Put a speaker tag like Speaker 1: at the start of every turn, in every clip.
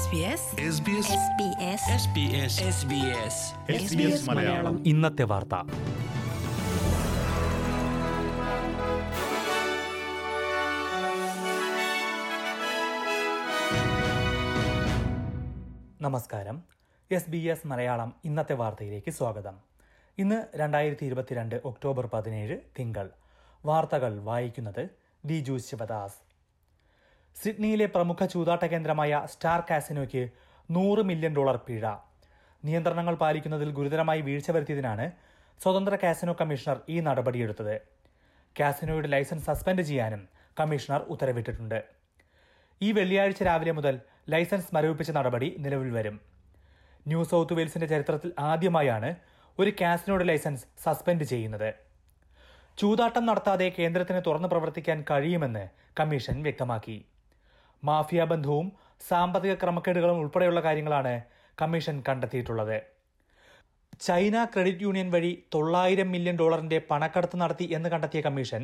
Speaker 1: SBS
Speaker 2: SBS
Speaker 3: Malayalam
Speaker 4: ഇന്നത്തെ വാർത്ത നമസ്കാരം എസ് ബി എസ് മലയാളം ഇന്നത്തെ വാർത്തയിലേക്ക് സ്വാഗതം ഇന്ന് രണ്ടായിരത്തി ഇരുപത്തിരണ്ട് ഒക്ടോബർ പതിനേഴ് തിങ്കൾ വാർത്തകൾ വായിക്കുന്നത് ദിജു ശിവദാസ് സിഡ്നിയിലെ പ്രമുഖ ചൂതാട്ട കേന്ദ്രമായ സ്റ്റാർ കാസിനോയ്ക്ക് നൂറ് മില്യൺ ഡോളർ പിഴ നിയന്ത്രണങ്ങൾ പാലിക്കുന്നതിൽ ഗുരുതരമായി വീഴ്ച വരുത്തിയതിനാണ് സ്വതന്ത്ര കാസിനോ കമ്മീഷണർ ഈ നടപടിയെടുത്തത് കാസിനോയുടെ ലൈസൻസ് സസ്പെൻഡ് ചെയ്യാനും കമ്മീഷണർ ഉത്തരവിട്ടിട്ടുണ്ട് ഈ വെള്ളിയാഴ്ച രാവിലെ മുതൽ ലൈസൻസ് മരവിപ്പിച്ച നടപടി നിലവിൽ വരും ന്യൂ സൗത്ത് വെയിൽസിന്റെ ചരിത്രത്തിൽ ആദ്യമായാണ് ഒരു കാസിനോയുടെ ലൈസൻസ് സസ്പെൻഡ് ചെയ്യുന്നത് ചൂതാട്ടം നടത്താതെ കേന്ദ്രത്തിന് തുറന്നു പ്രവർത്തിക്കാൻ കഴിയുമെന്ന് കമ്മീഷൻ വ്യക്തമാക്കി മാഫിയ ബന്ധവും സാമ്പത്തിക ക്രമക്കേടുകളും ഉൾപ്പെടെയുള്ള കാര്യങ്ങളാണ് കമ്മീഷൻ കണ്ടെത്തിയിട്ടുള്ളത് ചൈന ക്രെഡിറ്റ് യൂണിയൻ വഴി തൊള്ളായിരം മില്യൺ ഡോളറിന്റെ പണക്കടത്ത് നടത്തി എന്ന് കണ്ടെത്തിയ കമ്മീഷൻ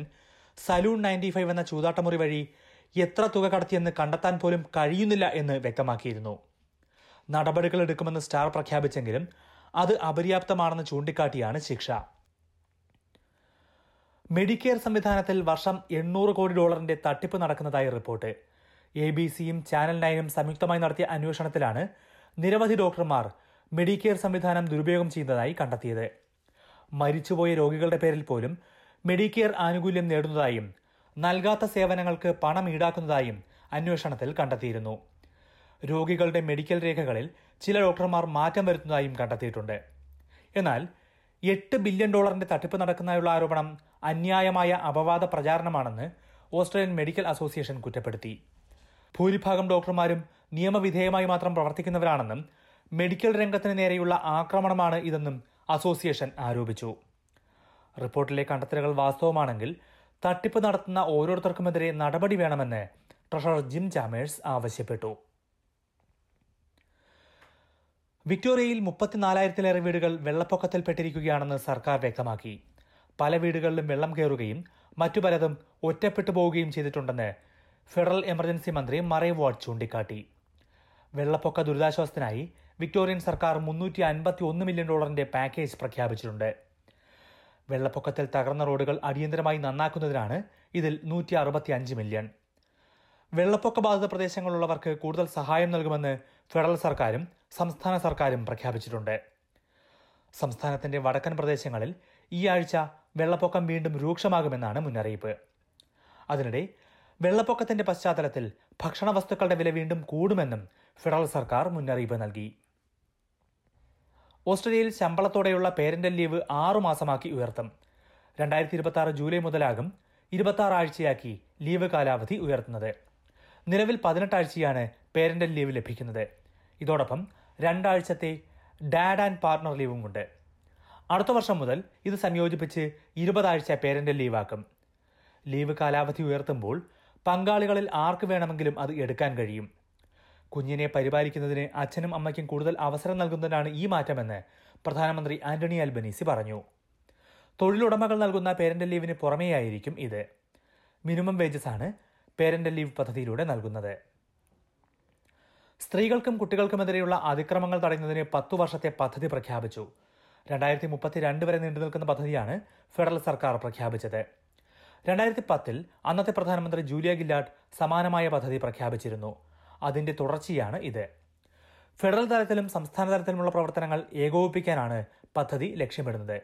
Speaker 4: സലൂൺ നയൻറ്റി ഫൈവ് എന്ന ചൂതാട്ടമുറി വഴി എത്ര തുക കടത്തിയെന്ന് കണ്ടെത്താൻ പോലും കഴിയുന്നില്ല എന്ന് വ്യക്തമാക്കിയിരുന്നു നടപടികൾ എടുക്കുമെന്ന് സ്റ്റാർ പ്രഖ്യാപിച്ചെങ്കിലും അത് അപര്യാപ്തമാണെന്ന് ചൂണ്ടിക്കാട്ടിയാണ് ശിക്ഷ മെഡിക്കെയർ സംവിധാനത്തിൽ വർഷം എണ്ണൂറ് കോടി ഡോളറിന്റെ തട്ടിപ്പ് നടക്കുന്നതായി റിപ്പോർട്ട് എ ബി സിയും ചാനൽ നയനും സംയുക്തമായി നടത്തിയ അന്വേഷണത്തിലാണ് നിരവധി ഡോക്ടർമാർ മെഡിക്കെയർ സംവിധാനം ദുരുപയോഗം ചെയ്യുന്നതായി കണ്ടെത്തിയത് മരിച്ചുപോയ രോഗികളുടെ പേരിൽ പോലും മെഡിക്കെയർ ആനുകൂല്യം നേടുന്നതായും നൽകാത്ത സേവനങ്ങൾക്ക് പണം ഈടാക്കുന്നതായും അന്വേഷണത്തിൽ കണ്ടെത്തിയിരുന്നു രോഗികളുടെ മെഡിക്കൽ രേഖകളിൽ ചില ഡോക്ടർമാർ മാറ്റം വരുത്തുന്നതായും കണ്ടെത്തിയിട്ടുണ്ട് എന്നാൽ എട്ട് ബില്യൺ ഡോളറിന്റെ തട്ടിപ്പ് നടക്കുന്നതായുള്ള ആരോപണം അന്യായമായ അപവാദ പ്രചാരണമാണെന്ന് ഓസ്ട്രേലിയൻ മെഡിക്കൽ അസോസിയേഷൻ കുറ്റപ്പെടുത്തി ഭൂരിഭാഗം ഡോക്ടർമാരും നിയമവിധേയമായി മാത്രം പ്രവർത്തിക്കുന്നവരാണെന്നും മെഡിക്കൽ രംഗത്തിന് നേരെയുള്ള ആക്രമണമാണ് ഇതെന്നും അസോസിയേഷൻ ആരോപിച്ചു റിപ്പോർട്ടിലെ കണ്ടെത്തലുകൾ വാസ്തവമാണെങ്കിൽ തട്ടിപ്പ് നടത്തുന്ന ഓരോരുത്തർക്കുമെതിരെ നടപടി വേണമെന്ന് ട്രഷറർ ജിം ചാമേഴ്സ് ആവശ്യപ്പെട്ടു വിക്ടോറിയയിൽ മുപ്പത്തിനാലായിരത്തിലേറെ വീടുകൾ വെള്ളപ്പൊക്കത്തിൽപ്പെട്ടിരിക്കുകയാണെന്ന് സർക്കാർ വ്യക്തമാക്കി പല വീടുകളിലും വെള്ളം കയറുകയും മറ്റു പലതും ഒറ്റപ്പെട്ടു പോവുകയും ചെയ്തിട്ടുണ്ടെന്ന് ഫെഡറൽ എമർജൻസി മന്ത്രി മറൈ വാട്ട് ചൂണ്ടിക്കാട്ടി വെള്ളപ്പൊക്ക ദുരിതാശ്വാസത്തിനായി വിക്ടോറിയൻ സർക്കാർ മുന്നൂറ്റി അൻപത്തി ഒന്ന് മില്യൺ ഡോളറിന്റെ പാക്കേജ് പ്രഖ്യാപിച്ചിട്ടുണ്ട് വെള്ളപ്പൊക്കത്തിൽ തകർന്ന റോഡുകൾ അടിയന്തരമായി നന്നാക്കുന്നതിനാണ് ഇതിൽ നൂറ്റി അറുപത്തി അഞ്ച് മില്യൺ വെള്ളപ്പൊക്ക ബാധിത പ്രദേശങ്ങളിലുള്ളവർക്ക് കൂടുതൽ സഹായം നൽകുമെന്ന് ഫെഡറൽ സർക്കാരും സംസ്ഥാന സർക്കാരും പ്രഖ്യാപിച്ചിട്ടുണ്ട് സംസ്ഥാനത്തിന്റെ വടക്കൻ പ്രദേശങ്ങളിൽ ഈ ആഴ്ച വെള്ളപ്പൊക്കം വീണ്ടും രൂക്ഷമാകുമെന്നാണ് മുന്നറിയിപ്പ് അതിനിടെ വെള്ളപ്പൊക്കത്തിന്റെ പശ്ചാത്തലത്തിൽ ഭക്ഷണ വസ്തുക്കളുടെ വില വീണ്ടും കൂടുമെന്നും ഫെഡറൽ സർക്കാർ മുന്നറിയിപ്പ് നൽകി ഓസ്ട്രേലിയയിൽ ശമ്പളത്തോടെയുള്ള പേരന്റൽ ലീവ് ആറു മാസമാക്കി ഉയർത്തും രണ്ടായിരത്തി ഇരുപത്തി ആറ് ജൂലൈ മുതലാകും ഇരുപത്തി ആറ് ആഴ്ചയാക്കി ലീവ് കാലാവധി ഉയർത്തുന്നത് നിലവിൽ പതിനെട്ട് ആഴ്ചയാണ് പേരന്റൽ ലീവ് ലഭിക്കുന്നത് ഇതോടൊപ്പം രണ്ടാഴ്ചത്തെ ഡാഡ് ആൻഡ് പാർട്ണർ ലീവും ഉണ്ട് അടുത്ത വർഷം മുതൽ ഇത് സംയോജിപ്പിച്ച് ഇരുപതാഴ്ച പേരന്റൽ ലീവാക്കും ലീവ് കാലാവധി ഉയർത്തുമ്പോൾ പങ്കാളികളിൽ ആർക്ക് വേണമെങ്കിലും അത് എടുക്കാൻ കഴിയും കുഞ്ഞിനെ പരിപാലിക്കുന്നതിന് അച്ഛനും അമ്മയ്ക്കും കൂടുതൽ അവസരം നൽകുന്നതിനാണ് ഈ മാറ്റമെന്ന് പ്രധാനമന്ത്രി ആന്റണി അൽബനീസി പറഞ്ഞു തൊഴിലുടമകൾ നൽകുന്ന പേരന്റൽ ലീവിന് പുറമേയായിരിക്കും ഇത് മിനിമം വേജസ് ആണ് പേരന്റൽ ലീവ് പദ്ധതിയിലൂടെ നൽകുന്നത് സ്ത്രീകൾക്കും കുട്ടികൾക്കുമെതിരെയുള്ള അതിക്രമങ്ങൾ തടയുന്നതിന് പത്തു വർഷത്തെ പദ്ധതി പ്രഖ്യാപിച്ചു രണ്ടായിരത്തി മുപ്പത്തിരണ്ട് വരെ നീണ്ടു നിൽക്കുന്ന പദ്ധതിയാണ് ഫെഡറൽ സർക്കാർ പ്രഖ്യാപിച്ചത് രണ്ടായിരത്തി പത്തിൽ അന്നത്തെ പ്രധാനമന്ത്രി ജൂലിയ ഗില്ലാർഡ് സമാനമായ പദ്ധതി പ്രഖ്യാപിച്ചിരുന്നു അതിന്റെ തുടർച്ചയാണ് ഇത് ഫെഡറൽ തലത്തിലും സംസ്ഥാന തലത്തിലുമുള്ള പ്രവർത്തനങ്ങൾ ഏകോപിപ്പിക്കാനാണ് പദ്ധതി ലക്ഷ്യമിടുന്നത്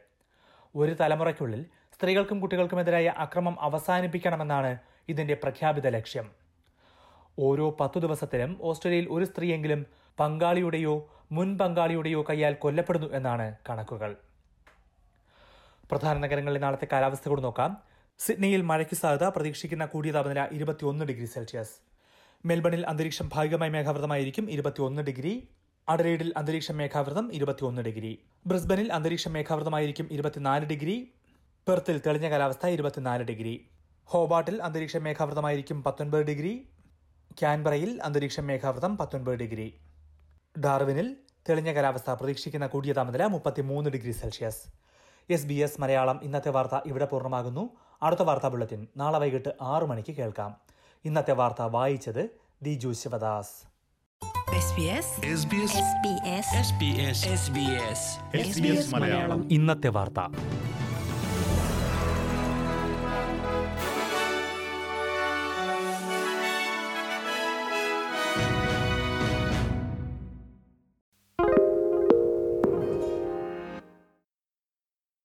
Speaker 4: ഒരു തലമുറയ്ക്കുള്ളിൽ സ്ത്രീകൾക്കും കുട്ടികൾക്കുമെതിരായ അക്രമം അവസാനിപ്പിക്കണമെന്നാണ് ഇതിന്റെ പ്രഖ്യാപിത ലക്ഷ്യം ഓരോ പത്തു ദിവസത്തിലും ഓസ്ട്രേലിയയിൽ ഒരു സ്ത്രീയെങ്കിലും പങ്കാളിയുടെയോ മുൻ പങ്കാളിയുടെയോ കൈയാൽ കൊല്ലപ്പെടുന്നു എന്നാണ് കണക്കുകൾ പ്രധാന നഗരങ്ങളിലെ നാളത്തെ കാലാവസ്ഥ കൂടി നോക്കാം സിഡ്നിയിൽ മഴയ്ക്ക് സാധ്യത പ്രതീക്ഷിക്കുന്ന കൂടിയ താപനില ഇരുപത്തിയൊന്ന് ഡിഗ്രി സെൽഷ്യസ് മെൽബണിൽ അന്തരീക്ഷം ഭാഗികമായി മേഘാവൃതമായിരിക്കും ഇരുപത്തിയൊന്ന് ഡിഗ്രി അഡലേഡിൽ അന്തരീക്ഷം മേഘാവൃതം ഇരുപത്തിയൊന്ന് ഡിഗ്രി ബ്രിസ്ബനിൽ അന്തരീക്ഷം മേഘാവൃതമായിരിക്കും ഇരുപത്തിനാല് ഡിഗ്രി പെർത്തിൽ തെളിഞ്ഞ കാലാവസ്ഥ ഇരുപത്തിനാല് ഡിഗ്രി ഹോബാട്ടിൽ അന്തരീക്ഷം മേഘാവൃതമായിരിക്കും പത്തൊൻപത് ഡിഗ്രി ക്യാൻബറയിൽ അന്തരീക്ഷം മേഘാവൃതം പത്തൊൻപത് ഡിഗ്രി ഡാർവിനിൽ തെളിഞ്ഞ കാലാവസ്ഥ പ്രതീക്ഷിക്കുന്ന കൂടിയ താപനില മുപ്പത്തിമൂന്ന് degree Celsius S B S Malayalam ഇന്നത്തെ വാർത്ത ഇവിടെ പൂർണ്ണമാകുന്നു അടുത്ത വാർത്താ ബുള്ളറ്റിൻ നാളെ വൈകിട്ട് ആറു മണിക്ക് കേൾക്കാം ഇന്നത്തെ വാർത്ത വായിച്ചത് Diju Sivadas
Speaker 1: SBS
Speaker 2: SBS
Speaker 1: SBS
Speaker 3: SBS
Speaker 5: SBS
Speaker 3: Malayalam
Speaker 4: ഇന്നത്തെ വാർത്ത